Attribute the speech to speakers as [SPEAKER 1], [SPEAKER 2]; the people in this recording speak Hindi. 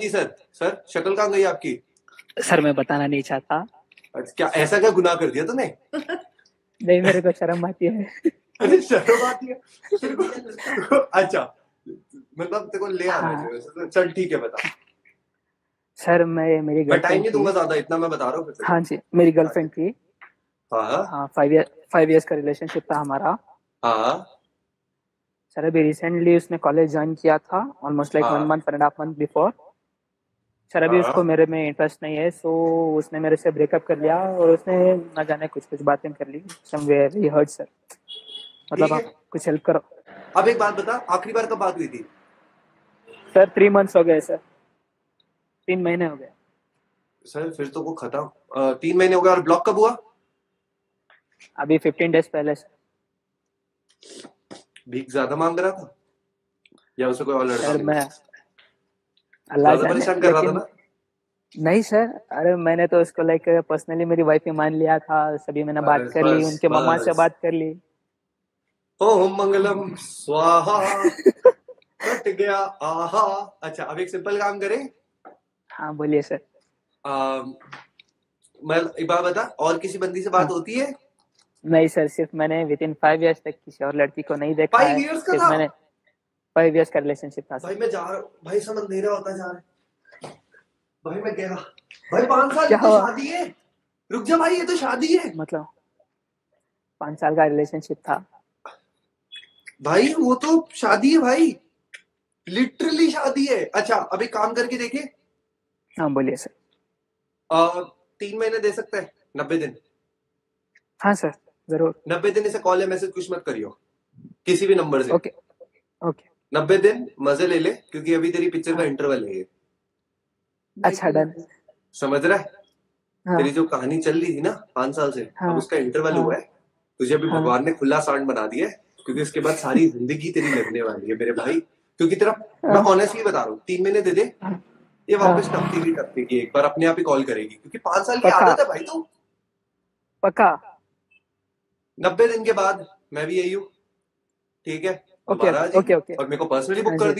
[SPEAKER 1] जी सर सर शक्ल कहाँ गई आपकी
[SPEAKER 2] सर मैं बताना नहीं चाहता
[SPEAKER 1] अच्छा, क्या ऐसा क्या गुनाह कर दिया तूने
[SPEAKER 2] नहीं मेरे को शर्म आती है
[SPEAKER 1] अरे शर्म आती है तेरे को- तेरे को- अच्छा मतलब तेरे को ले आना
[SPEAKER 2] हाँ।
[SPEAKER 1] चाहिए वैसे। चल ठीक है बता
[SPEAKER 2] सर मैं मेरी
[SPEAKER 1] मैं टाइम
[SPEAKER 2] गर्लफ्रेंड
[SPEAKER 1] नहीं दूंगा ज्यादा इतना मैं बता रहा हूँ फिर से।
[SPEAKER 2] हाँ जी मेरी गर्लफ्रेंड थी
[SPEAKER 1] हाँ
[SPEAKER 2] हाँ फाइव ईयर फाइव ईयर्स का रिलेशनशिप था हमारा
[SPEAKER 1] हाँ
[SPEAKER 2] सर अभी रिसेंटली उसने कॉलेज ज्वाइन किया था ऑलमोस्ट लाइक
[SPEAKER 1] हाँ।
[SPEAKER 2] One month one and half month before sir अभी
[SPEAKER 1] हाँ।
[SPEAKER 2] उसको मेरे में इंटरेस्ट नहीं है सो उसने मेरे से ब्रेकअप कर लिया और उसने ना जाने कुछ कुछ बातें कर ली समवेयर ही हर्ट सर मतलब
[SPEAKER 1] ठीक है।
[SPEAKER 2] आप कुछ हेल्प करो
[SPEAKER 1] अब एक बात बता आखिरी बार कब बात हुई थी
[SPEAKER 2] सर थ्री मंथ्स हो गए सर तीन महीने हो गए
[SPEAKER 1] सर फिर तो वो खत्म अ, तीन महीने हो गए और ब्लॉक कब हुआ
[SPEAKER 2] अभी फिफ्टीन डेज पहले सर
[SPEAKER 1] भीख ज्यादा मांग रहा था या उसे कोई और लड़का
[SPEAKER 2] सर
[SPEAKER 1] नहीं?
[SPEAKER 2] मैं अल्लाह
[SPEAKER 1] ज्यादा
[SPEAKER 2] जाने,
[SPEAKER 1] तो परेशान कर रहा था
[SPEAKER 2] लेकिन-
[SPEAKER 1] ना
[SPEAKER 2] नहीं सर अरे मैंने तो उसको लाइक पर्सनली मेरी वाइफ ने मान लिया था सभी मैंने बात
[SPEAKER 1] बस,
[SPEAKER 2] कर ली
[SPEAKER 1] बस,
[SPEAKER 2] उनके मम्मा से
[SPEAKER 1] बस।
[SPEAKER 2] बात कर ली
[SPEAKER 1] ओम मंगलम स्वाहा कट गया आहा अच्छा अब एक सिंपल काम करें
[SPEAKER 2] हाँ बोलिए सर
[SPEAKER 1] अम, Um, मैं एक बार बता और किसी बंदी से
[SPEAKER 2] हाँ।
[SPEAKER 1] बात होती है
[SPEAKER 2] नहीं सर सिर्फ मैंने विद इन फाइव ईयर्स तक किसी और लड़की को नहीं देखा
[SPEAKER 1] फाइव
[SPEAKER 2] है
[SPEAKER 1] इयर्स का
[SPEAKER 2] सिर्फ
[SPEAKER 1] था
[SPEAKER 2] मैंने फाइव ईयर्स का रिलेशनशिप था सर
[SPEAKER 1] भाई मैं जा रहा हूँ भाई सब अंधेरा होता जा रहा है भाई मैं गया भाई पांच साल
[SPEAKER 2] क्या
[SPEAKER 1] की तो
[SPEAKER 2] हुआ?
[SPEAKER 1] शादी है रुक जा भाई ये तो शादी है
[SPEAKER 2] मतलब पाँच साल का रिलेशनशिप था
[SPEAKER 1] भाई वो तो शादी है भाई लिटरली शादी है अच्छा अब एक काम करके देखे
[SPEAKER 2] हाँ बोलिए सर
[SPEAKER 1] तीन महीने दे सकता है नब्बे दिन
[SPEAKER 2] हाँ सर जरूर
[SPEAKER 1] नब्बे दिन इसे कॉल या मैसेज कुछ मत करियो किसी भी नंबर से
[SPEAKER 2] ओके ओके
[SPEAKER 1] नब्बे दिन मजे ले ले क्योंकि अभी तेरी पिक्चर का इंटरवल है ये
[SPEAKER 2] हाँ। अच्छा डन
[SPEAKER 1] समझ रहा है
[SPEAKER 2] हाँ
[SPEAKER 1] तेरी जो कहानी चल रही थी ना पांच साल से
[SPEAKER 2] हाँ।
[SPEAKER 1] अब उसका इंटरवल
[SPEAKER 2] हाँ।
[SPEAKER 1] हुआ है तुझे अभी
[SPEAKER 2] हाँ।
[SPEAKER 1] भगवान ने खुला सांड बना दिया है क्योंकि उसके बाद सारी जिंदगी तेरी लगने वाली है मेरे भाई क्योंकि तेरा मैं ऑनेस्टली बता रहा हूँ तीन महीने दे दे
[SPEAKER 2] हाँ।
[SPEAKER 1] ये वापस टपकेगी टपकेगी एक बार अपने आप ही कॉल करेगी क्योंकि पांच साल की
[SPEAKER 2] पक्का।
[SPEAKER 1] आदत है भाई तो
[SPEAKER 2] पक्का
[SPEAKER 1] नब्बे दिन के बाद मैं भी यही हूँ ठीक है
[SPEAKER 2] ओके
[SPEAKER 1] दोबारा आ जाइए।
[SPEAKER 2] ओके ओके
[SPEAKER 1] और मेरे को पर्सनली बुक
[SPEAKER 2] हाँ
[SPEAKER 1] कर
[SPEAKER 2] जी।